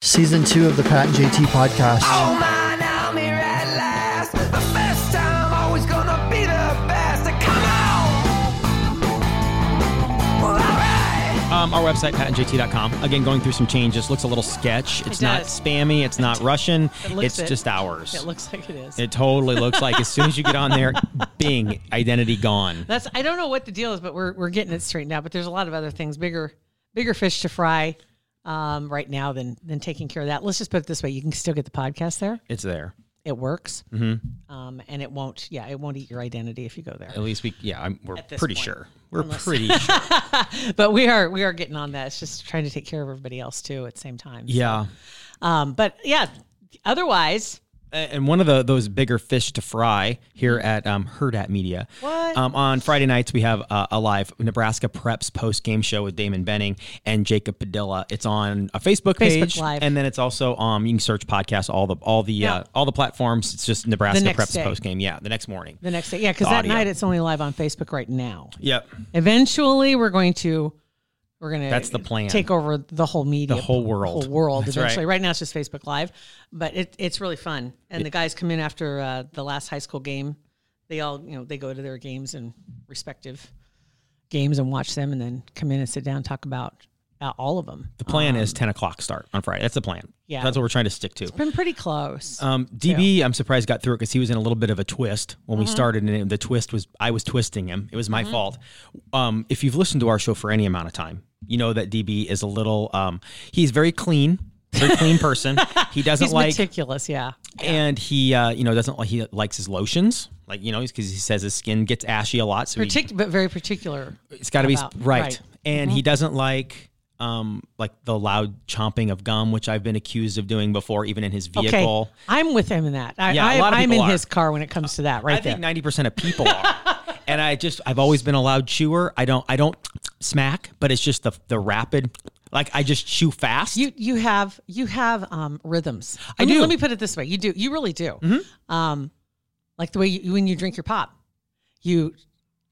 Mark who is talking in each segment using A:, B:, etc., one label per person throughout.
A: season two of the Pat and JT podcast.
B: Oh man, I'm here at last. The first time, always gonna be the best. Come on. Well, alright.
C: Um, our website, patentjt.com. Again, going through some changes. Looks a little sketch. It's not
D: does.
C: spammy. It's not Russian.
D: It looks
C: it's
D: it.
C: just ours.
D: It looks like it is.
C: It totally looks like as soon as you get on there, bing, identity gone.
D: That's I don't know what the deal is, but we're we're getting it straightened out. But there's a lot of other things, bigger bigger fish to fry um, right now than than taking care of that. Let's just put it this way: you can still get the podcast there.
C: It's there.
D: It works,
C: Mm-hmm.
D: um, and it won't. Yeah, it won't eat your identity if you go there.
C: At least we, yeah, I'm, we're
D: this
C: pretty
D: point,
C: sure. We're pretty sure.
D: But we are we are getting on that. It's just trying to take care of everybody else too at the same time.
C: Yeah.
D: Um, but yeah, otherwise,
C: and one of the those bigger fish to fry here at um, Herd at Media.
D: What?
C: Um, on Friday nights we have uh, a live Nebraska Preps post game show with Damon Benning and Jacob Padilla. It's on a Facebook, page,
D: Live.
C: and then it's also um, you can search podcasts all the all the
D: Yeah.
C: uh, all the platforms. It's just Nebraska
D: next
C: Preps
D: day.
C: post game. Yeah, the next morning.
D: the next day. Yeah, because
C: The
D: that
C: audio.
D: night it's only live on Facebook right now.
C: Yep,
D: Eventually, we're going to we're going to
C: That's the plan.
D: Take over the whole media,
C: The whole world.
D: whole world.
C: That's
D: eventually,
C: right.
D: right. now it's just Facebook Live, but it, it's really fun. And the guys come in after uh, the last high school game. They all you know they go to their games and respective games and watch them, and then come in and sit down and talk about uh, all of them.
C: the plan is ten o'clock start on Friday. That's the plan.
D: Um, Yeah.
C: that's what we're trying to stick to.
D: Been pretty close.
C: Um, DB, I'm surprised got through it because he was in a little bit of a twist when we
D: Mm-hmm.
C: started, and the twist was I was twisting him. It was my fault. Um, if you've listened to our show for any amount of time, you know that DB is a little. Um, he's very clean, very clean person. He doesn't
D: He's
C: like,
D: meticulous, yeah.
C: and he uh, you know doesn't like. He likes his lotions, like you know, because he says his skin gets ashy a lot, so he
D: Partic- but very particular.
C: it's got to be
D: about-
C: right.
D: right. Mm-hmm.
C: And he doesn't like um like the loud chomping of gum, which I've been accused of doing before, even in his vehicle.
D: Okay, I'm with him in that. I,
C: Yeah, a
D: I,
C: lot of
D: I'm in
C: people are.
D: his car when it comes to that. Right
C: I
D: there.
C: think ninety percent of people are. and I just I've always been a loud chewer. I don't I don't smack, but it's just the the rapid like I just chew fast.
D: You you have you have um, rhythms.
C: I
D: Let me-
C: do. Mm-hmm.
D: Let me put it this way: you do. You really do. Um, like the way you, when you drink your pop, you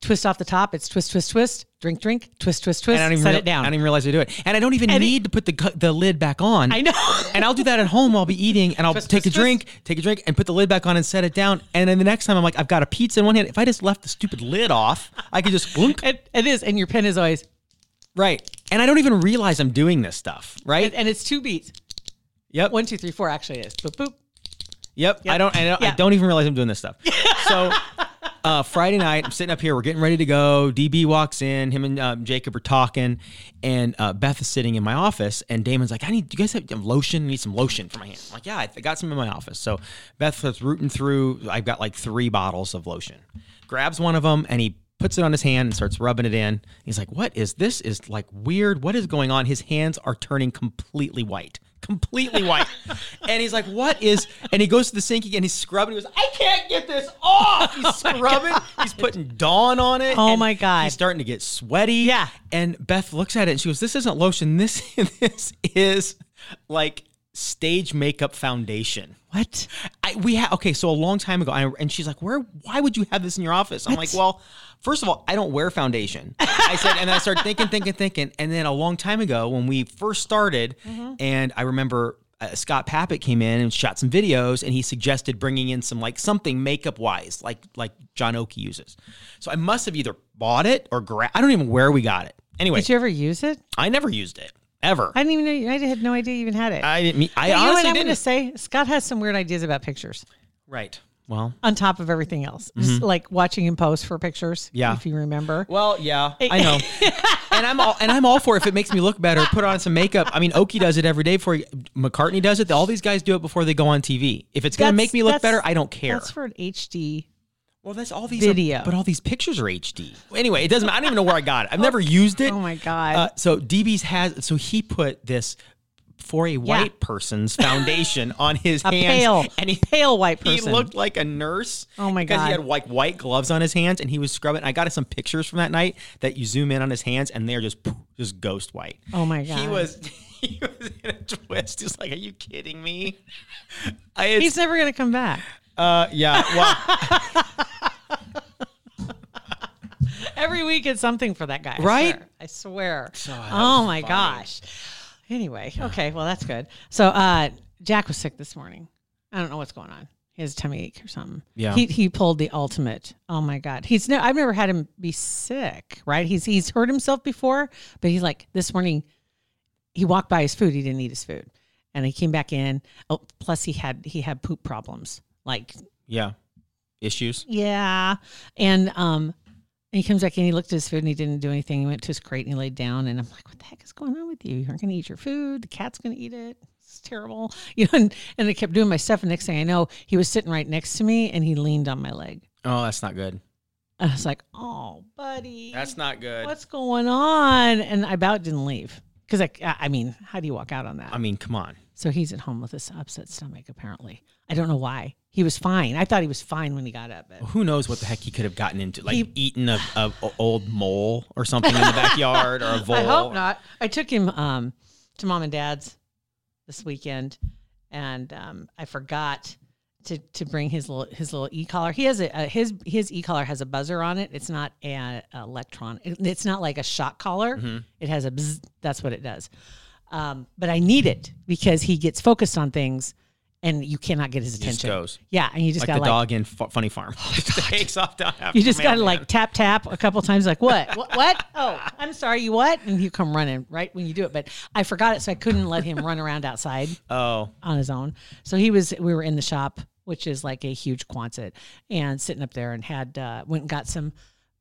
D: twist off the top. It's twist, twist, twist. Drink, drink, twist, twist, twist.
C: and I don't even
D: set
C: real-
D: it down.
C: I don't even realize I do it. And I don't even
D: And it-
C: need to put the cu- the lid back on.
D: I know.
C: and I'll do that at home. I'll be eating and I'll
D: Twist,
C: take
D: twist,
C: a drink, take a drink, and put the lid back on and set it down. And then the next time I'm like, I've got a pizza in one hand. If I just left the stupid lid off, I could just blunk.
D: it, it is, and your pen is always,
C: Right. And I don't even realize I'm doing this stuff. Right.
D: and, and it's two beats.
C: yep.
D: One, two, three, four. Actually, it is. Boop, boop.
C: Yep. I don't. I don't, I
D: Yeah.
C: don't even realize I'm doing this stuff. so. Uh, Friday night, I'm sitting up here. We're getting ready to go. DB walks in. Him and um, Jacob are talking, and uh, Beth is sitting in my office. And Damon's like, "I need. Do you guys have lotion? I need some lotion for my hand." I'm like, "Yeah, I I got some in my office." So Beth starts rooting through. I've got like three bottles of lotion. Grabs one of them and he puts it on his hand and starts rubbing it in. He's like, "What is this? Is like weird. What is going on?" His hands are turning completely white. Completely white. and he's like, What is? And he goes to the sink again. He's scrubbing. He goes, I can't get this off. He's scrubbing. He's putting Dawn on it.
D: Oh
C: and
D: my God.
C: He's starting to get sweaty.
D: Yeah.
C: And Beth looks at it and she goes, This isn't lotion. This, this is like stage makeup foundation.
D: What?
C: I, we had okay, so a long time ago, I, and she's like, "Where? Why would you have this in your office?" I'm like, "Well, first of all, I don't wear foundation." I said, and I started thinking, thinking, thinking, and then a long time ago when we first started,
D: Mm-hmm.
C: and I remember uh, Scott Pappett came in and shot some videos, and he suggested bringing in some like something makeup wise, like like John Oakey uses. So I must have either bought it or gra- I don't even know where we got it. Anyway,
D: Did you ever use it?
C: I never used it ever.
D: I didn't even know. you- I had no idea you even had it.
C: I didn't. mean- I
D: But you know what
C: honestly
D: I'm
C: didn't.
D: going to say? Scott has some weird ideas about pictures.
C: right. Well.
D: on top of everything else. Just like watching him post for pictures.
C: Mm-hmm. Yeah.
D: If you remember.
C: Well, yeah, I know. and I'm all and I'm all for it if it makes me look better. Put on some makeup. I mean, Oki does it every day before he, McCartney does it. All these guys do it before they go on TV. If it's going to
D: That's-
C: make me look
D: that's-
C: better, I don't care.
D: That's for an HD.
C: well, that's all these
D: video.
C: Are, but all these pictures are HD. Anyway, it doesn't. I don't even know where I got it. I've never used it.
D: Oh my God.
C: Uh, so DB's has. So he put this for a white person's foundation on his
D: a
C: hands,
D: pale,
C: and he
D: pale white person.
C: he looked like a nurse.
D: Oh my
C: because he
D: God.
C: had like white gloves on his hands, and he was scrubbing. I got some pictures from that night that you zoom in on his hands, and they're just poof, just ghost white.
D: Oh my
C: He
D: God.
C: was he was in a twist. He's like, "Are you kidding me?" I it's-
D: He's never going to come back.
C: uh, yeah. Well,
D: Every week it's something for that guy. I
C: Right?
D: swear. I swear. oh my gosh. Anyway, okay, well that's good. So uh, Jack was sick this morning. I don't know what's going on. He has a tummy ache or something.
C: Yeah.
D: He he pulled the ultimate. Oh my god. He's no I've never had him be sick, right? He's he's hurt himself before, but he's like this morning he walked by his food, he didn't eat his food. And he came back in. Oh, plus he had he had poop problems. Like
C: Yeah. Issues.
D: yeah. And um and he comes back in, he looked at his food and he didn't do anything. He went to his crate and he laid down and I'm like, What the heck is going on with you? You're gonna eat your food, the cat's gonna eat it. It's terrible. You know, and, and I kept doing my stuff and next thing I know, he was sitting right next to me and he leaned on my leg.
C: Oh, that's not good.
D: And I was like, Oh, buddy.
C: That's not good.
D: what's going on? And I about didn't leave. Because I, I mean, how do you walk out on that?
C: I mean, come on.
D: So he's at home with this upset stomach, apparently. I don't know why. He was fine. I thought he was fine when he got up. But
C: Who knows what the heck he could have gotten into? Like eating a, a, a old mole or something in the backyard or a vole.
D: I hope not. I took him um, to mom and dad's this weekend, and um, I forgot to to bring his little his little e collar. He has a, a his his e collar has a buzzer on it. It's not an electron. it- It's not like a shock collar.
C: Mm-hmm.
D: It has a bzz, that's what it does. Um, but I need it because he gets focused on things, and you cannot get his attention.
C: goes.
D: Yeah, and you just
C: Like
D: got
C: the
D: like Oh,
C: dog in F- Funny Farm. takes off down after
D: you just
C: the
D: got to
C: mailman.
D: like tap tap a couple times, like what, what, what? Oh, I'm sorry, you what? And you come running right when you do it. But I forgot it, so I couldn't let him run around outside
C: Oh,
D: on his own. So he was, we were in the shop, which is like a huge Quonset, and sitting up there and had uh, went and got some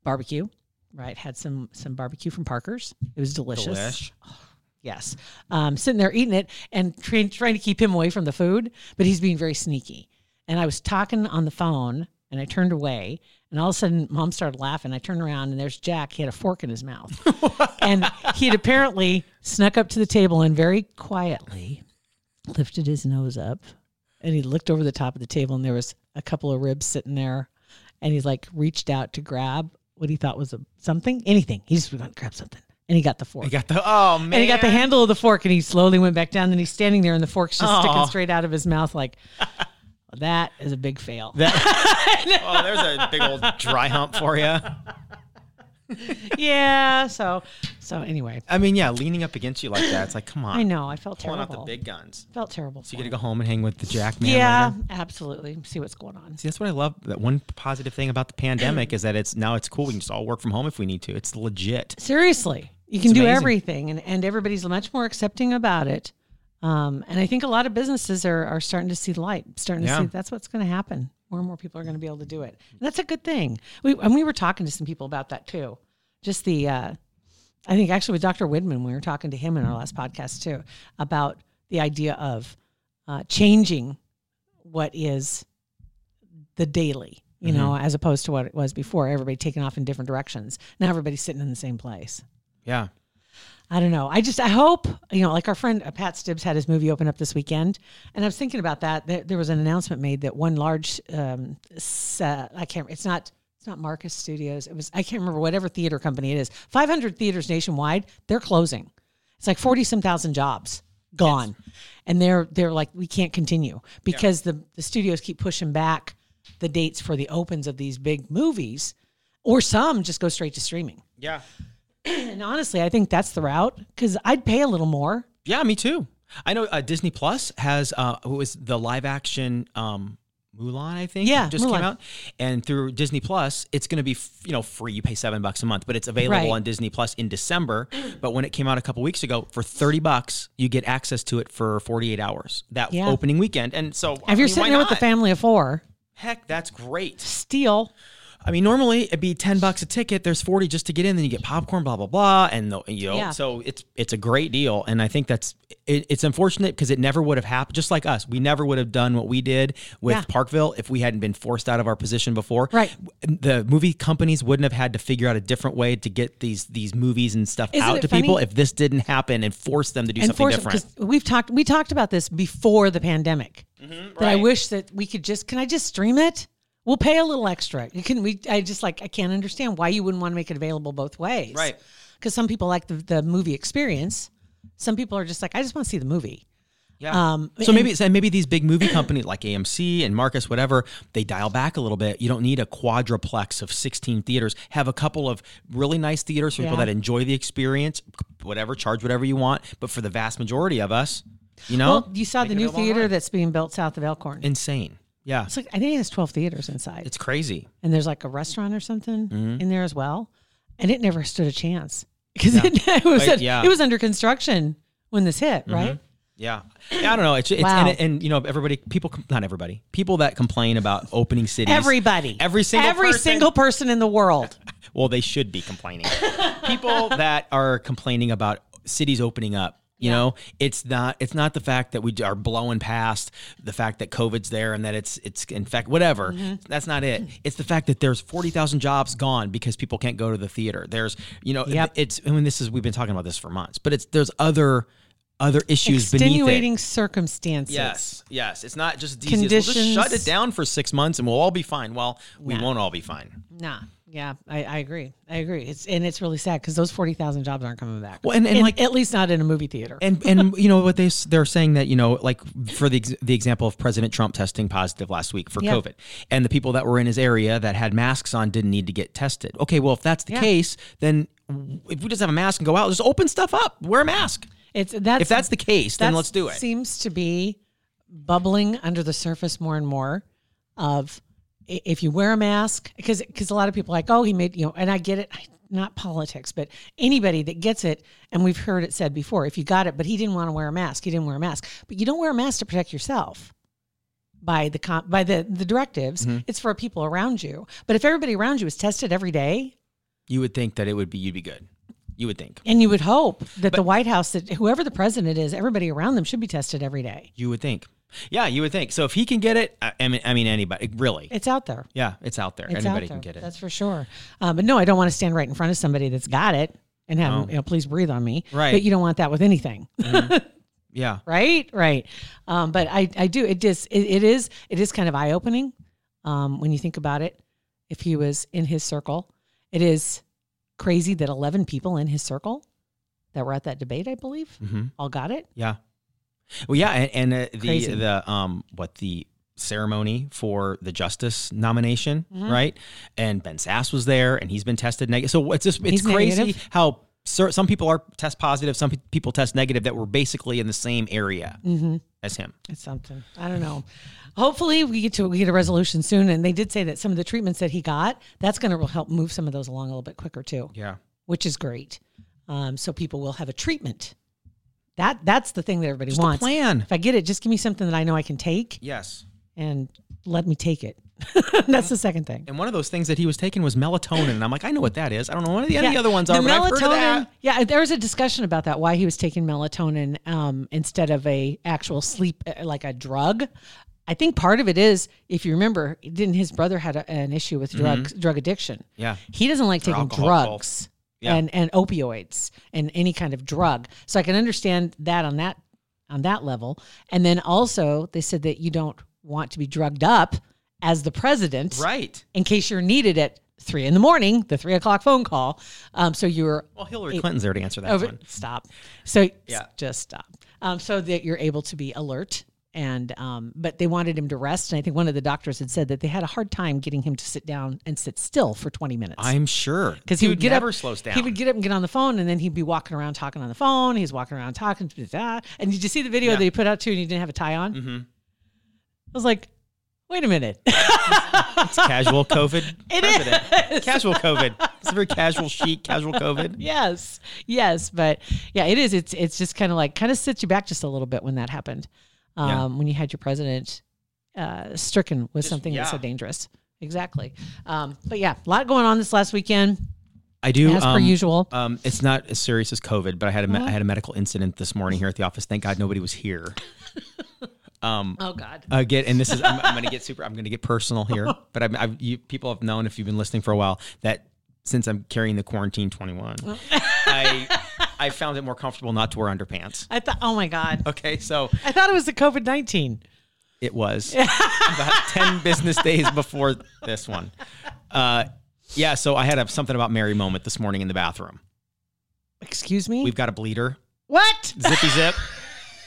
D: barbecue, right? Had some some barbecue from Parker's. It was delicious. Oh,
C: delish.
D: Yes. Um, sitting there eating it and trying trying to keep him away from the food, but he's being very sneaky. And I was talking on the phone and I turned away and all of a sudden mom started laughing. I turned around and there's Jack. He had a fork in his mouth. and he had apparently snuck up to the table and very quietly lifted his nose up and he looked over the top of the table and there was a couple of ribs sitting there and he's like reached out to grab what he thought was a, something, anything. He just went to grab something and he got the fork.
C: He got the oh man.
D: And he got the handle of the fork and he slowly went back down. Then he's standing there and the fork's just
C: Aw.
D: sticking straight out of his mouth like, that is a big fail.
C: Oh, there's a big old dry hump for you.
D: yeah. So, so anyway,
C: I mean, yeah, leaning up against you like that. It's like, come on.
D: I know. I felt
C: Uh, Pulling out
D: terrible.
C: the big guns.
D: felt terrible.
C: So you
D: for
C: got to
D: him.
C: go home and hang with the Jack man.
D: yeah,
C: later?
D: absolutely. See what's going on.
C: See, that's what I love. That one positive thing about the pandemic is that it's now it's cool. We can just all work from home if we need to. It's legit.
D: Seriously, you can do
C: amazing.
D: everything and, and everybody's much more accepting about it. Um, and I think a lot of businesses are, are starting to see light, starting
C: Yeah.
D: to see that's what's going to happen. More and more people are going to be able to do it. And that's a good thing. We, and we were talking to some people about that too. Just the, uh, I think actually with Dr. Widman, we were talking to him in our last podcast too about the idea of uh, changing what is the daily, you know, as opposed to what it was before. Everybody taking off in different directions. Now everybody's sitting in the same place.
C: Yeah.
D: I don't know. I just I hope you know, like our friend uh, Pat Stibbs had his movie open up this weekend, and I was thinking about that. There, there was an announcement made that one large, um, s- uh, I can't. It's not. It's not Marcus Studios. It was I can't remember whatever theater company it is. Five hundred theaters nationwide. They're closing. It's like forty some thousand jobs gone, and they're they're like we can't continue because the the studios keep pushing back the dates for the opens of these big movies, or some just go straight to streaming.
C: Yeah.
D: And honestly, I think that's the route because I'd pay a little more.
C: Yeah, me too. I know uh, Disney Plus has uh, who was the live action um, Mulan, I think.
D: Yeah,
C: just
D: Mulan.
C: came out, and through Disney Plus, it's going to be f- you know free. You pay seven bucks a month, but it's available
D: Right.
C: on Disney Plus in December. But when it came out a couple weeks ago, for thirty bucks, you get access to it for forty eight hours that
D: Yeah.
C: opening weekend. And so, I
D: If you're
C: mean, why
D: sitting there with a
C: not?
D: family of four,
C: heck, that's great.
D: steal.
C: I mean, normally it'd be ten bucks a ticket. There's forty just to get in. Then you get popcorn, blah blah blah, and the, you know,
D: Yeah.
C: so it's it's a great deal. And I think that's it, it's unfortunate because it never would have happened. Just like us, we never would have done what we did with
D: Yeah.
C: Parkville if we hadn't been forced out of our position before.
D: Right.
C: The movie companies wouldn't have had to figure out a different way to get these these movies and stuff
D: Isn't
C: out
D: it
C: to people
D: funny?
C: if this didn't happen and force them to do
D: And
C: something
D: force it,
C: different.
D: 'cause we've talked we talked about this before the pandemic.
C: Mm-hmm,
D: That I wish that we could just can I just stream it? We'll pay a little extra. You can we I just like I can't understand why you wouldn't want to make it available both ways.
C: Right.
D: Because some people like the, the movie experience. Some people are just like, I just want to see the movie.
C: Yeah.
D: Um,
C: so maybe it's, and maybe these big movie companies like AMC and Marcus, whatever, they dial back a little bit. You don't need a quadruplex of 16 theaters. Have a couple of really nice theaters for people
D: Yeah.
C: that enjoy the experience, whatever, charge whatever you want. But for the vast majority of us, you know,
D: Well, you saw the new
C: available
D: theater
C: online.
D: that's being built south of Elkhorn.
C: insane. Yeah.
D: It's like I think it has twelve theaters inside,
C: It's crazy.
D: and there's like a restaurant or something
C: Mm-hmm.
D: in there as well. And it never stood a chance because it, it was
C: Right, yeah. Mm-hmm.
D: it was under construction when this hit, right?
C: Yeah. Yeah, I don't know. It's, it's
D: Wow.
C: and, and you know everybody people com- not everybody people that complain about opening cities.
D: Everybody,
C: every single
D: every
C: person-
D: single person in the world.
C: Well, they should be complaining. People that are complaining about cities opening up, you know, it's not it's not the fact that we are blowing past the fact that COVID's there and that it's it's in fact whatever. That's not it. It's the fact that there's forty thousand jobs gone because people can't go to the theater. There's you know
D: Yep.
C: it's I mean this is we've been talking about this for months, but it's there's other other issues beneath it.
D: Extenuating circumstances.
C: Yes, yes. It's not just these. We'll just shut
D: Conditions.
C: it down for six months and we'll all be fine. Well, we
D: Nah.
C: won't all be fine.
D: Nah. Yeah, I, I agree. I agree. It's and it's really sad because those forty thousand jobs aren't coming back.
C: Well, and- and
D: In-
C: like-
D: at least not in a movie theater.
C: And and you know what they s- they're saying that you know like for the ex- the example of President Trump testing positive last week for
D: Yeah.
C: COVID and the people that were in his area that had masks on didn't need to get tested. Okay, well if that's the
D: Yeah.
C: case, then if we just have a mask and go out, just open stuff up, wear a mask.
D: it's that's
C: If that's the case, then
D: that
C: let's do it.
D: Seems to be bubbling under the surface more and more of i- if you wear a mask because because a lot of people are like oh he made you know and I get it I- not politics but anybody that gets it and we've heard it said before if you got it but he didn't want to wear a mask he didn't wear a mask but you don't wear a mask to protect yourself by the com- by the the directives
C: Mm-hmm.
D: it's for people around you but if everybody around you is tested every day
C: you would think that it would be you'd be good. You would think.
D: and you would hope that the White House that whoever the president is everybody around them should be tested every day
C: You would think. Yeah, you would think. So if he can get it, I, I mean, I mean anybody really.
D: it's out there
C: yeah, it's out there.
D: It's
C: anybody
D: out there.
C: can get it.
D: That's for sure. Um, but no, I don't want to stand right in front of somebody that's got it and have 'em, you know, please breathe on me.
C: Right.
D: But you don't want that with anything.
C: yeah.
D: right. Right. Um, but I, I do. It just, it, it is, it is kind of eye opening um, when you think about it. If he was in his circle, it is crazy that 11 people in his circle that were at that debate, I believe,
C: Hmm. Mm-hmm.
D: all got it.
C: Yeah. Well, yeah, and, and uh,
D: Crazy.
C: the the um what the ceremony for the justice nomination,
D: Mm-hmm.
C: right? And Ben Sass was there, and he's been tested negative. So it's just it's
D: He's
C: crazy
D: negative.
C: how cer- some people are test positive, some pe- people test negative that were basically in the same area
D: Mm-hmm.
C: as him.
D: It's something. I don't know. Hopefully, we get to we get a resolution soon. And they did say that some of the treatments that he got, that's going to help move some of those along a little bit quicker too,
C: Yeah.
D: which is great. Um, so people will have a treatment. That that's the thing that everybody
C: Just a
D: wants.
C: plan.
D: If I get it, just give me something that I know I can take
C: Yes.
D: and let me take it. that's the second thing.
C: And one of those things that he was taking was melatonin, and I'm like, I know what that is. I don't know what the, any
D: Yeah.
C: other ones are,
D: The
C: but I've heard of that.
D: Yeah, there was a discussion about that. Why he was taking melatonin um, instead of a actual sleep uh, like a drug. I think part of it is, if you remember, didn't his brother had a, an issue with drug drug addiction?
C: Mm-hmm. Yeah.
D: he doesn't like taking
C: alcohol,
D: drugs
C: Yeah.
D: and and opioids and any kind of drug. So I can understand that on that on that level. And then also they said that you don't want to be drugged up as the president,
C: Right.
D: in case you're needed at three in the morning, the three o'clock phone call. Um, so you're
C: Well, Hillary Clinton's there to answer that
D: over,
C: one.
D: stop. So
C: Yeah.
D: just stop. Um, so that you're able to be alert. And um, but they wanted him to rest, and I think one of the doctors had said that they had a hard time getting him to sit down and sit still for 20 minutes
C: I'm sure
D: because he, would get
C: never
D: up,
C: slows down.
D: He would get up and get on the phone, and then he'd be walking around talking on the phone. He's walking around talking. blah, blah, blah. And did you see the video that he put out too? And he didn't have a tie on. Mm-hmm. I was like, wait a minute.
C: casual COVID. president. Casual COVID. It's a very casual chic, casual COVID.
D: yes, yes, but yeah, it is. It's it's just kind of like kind of sits you back just a little bit when that happened, um,
C: Yeah.
D: when you had your president uh, stricken with something that's so
C: yeah.
D: dangerous. Exactly. Um, but yeah, a lot going on this last weekend
C: I do.
D: as per
C: um,
D: usual.
C: Um, it's not as serious as COVID, but I had a me- I had a medical incident this morning here at the office. Thank God nobody was here.
D: oh God.
C: Uh, get and this is I'm, I'm going to get super. I'm going to get personal here, but I've, I've you, people have known if you've been listening for a while that since I'm carrying the quarantine 21, I I found it more comfortable not to wear underpants.
D: I thought, oh my God!
C: Okay, so
D: I thought it was the COVID nineteen.
C: It was about ten business days before this one. Uh, yeah, so I had a something about Mary moment this morning in the bathroom.
D: Excuse me.
C: We've got a bleeder,
D: what?
C: zippy zip,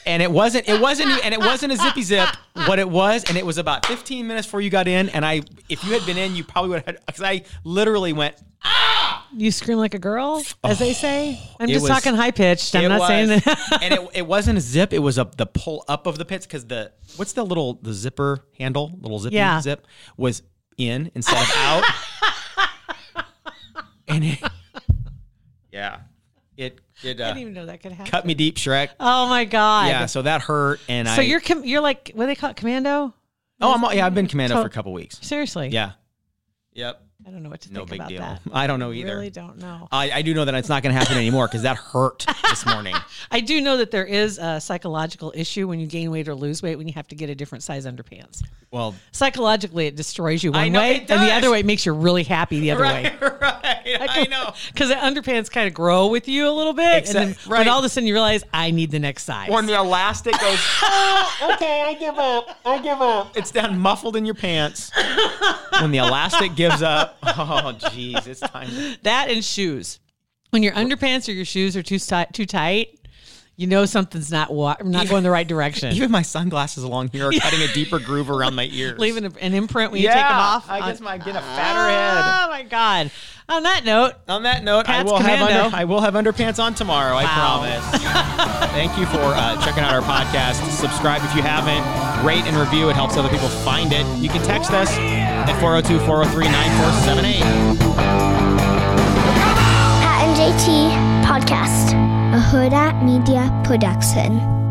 C: and it wasn't it wasn't and it wasn't a zippy zip what it was and it was about 15 minutes before you got in and i if you had been in you probably would have because i literally went
D: You scream like a girl, as they say. I'm
C: Oh, it
D: just
C: was-
D: talking high pitched. I'm
C: it
D: not
C: was,
D: saying that.
C: and it, it wasn't a zip it was a the pull up of the pits because the what's the little the zipper handle little zippy
D: Yeah.
C: zip was in instead of out and it yeah it it
D: I
C: uh,
D: didn't even know that could happen.
C: cut me deep shrek
D: Oh my god.
C: yeah so that hurt and
D: So
C: i
D: you're com- you're like what do they call it, commando?
C: oh I'm, yeah i've been commando
D: So-
C: for a couple weeks
D: Seriously.
C: yeah yep
D: I don't know what to
C: no
D: think
C: big
D: about
C: deal.
D: that.
C: I don't know either. Uh,
D: Really don't know.
C: I, I do know that it's not going to happen anymore because that hurt this morning.
D: I do know that there is a psychological issue when you gain weight or lose weight when you have to get a different size underpants.
C: Well,
D: Psychologically, it destroys you one
C: know,
D: way,
C: it
D: and the other
C: does.
D: way it makes you really happy the other way.
C: right. I know.
D: Because the underpants kind of grow with you a little bit, and then
C: Exact- right.
D: when all of a sudden you realize I need the next size.
C: When the elastic goes, "Oh, okay, I give up. I give up. It's down muffled in your pants. When the elastic gives up, oh, jeez, it's time. To,
D: That and shoes. When your underpants or your shoes are too ti- too tight, you know something's not wa- not going the right direction.
C: even my sunglasses along here are cutting a deeper groove around my ears.
D: Leaving a- an imprint when you
C: yeah,
D: take them off.
C: I
D: on-
C: guess I get a fatter head.
D: Oh my god! On that note,
C: On that note, I
D: Pat's
C: will, have
D: commando.
C: under, I will have underpants on tomorrow. I
D: Wow.
C: promise. Thank you for uh, checking out our podcast. Subscribe if you haven't. Rate and review. It helps other people find it. You can text us at 402 403 9478.
E: Pat and JT Podcast, a Huda Media Production.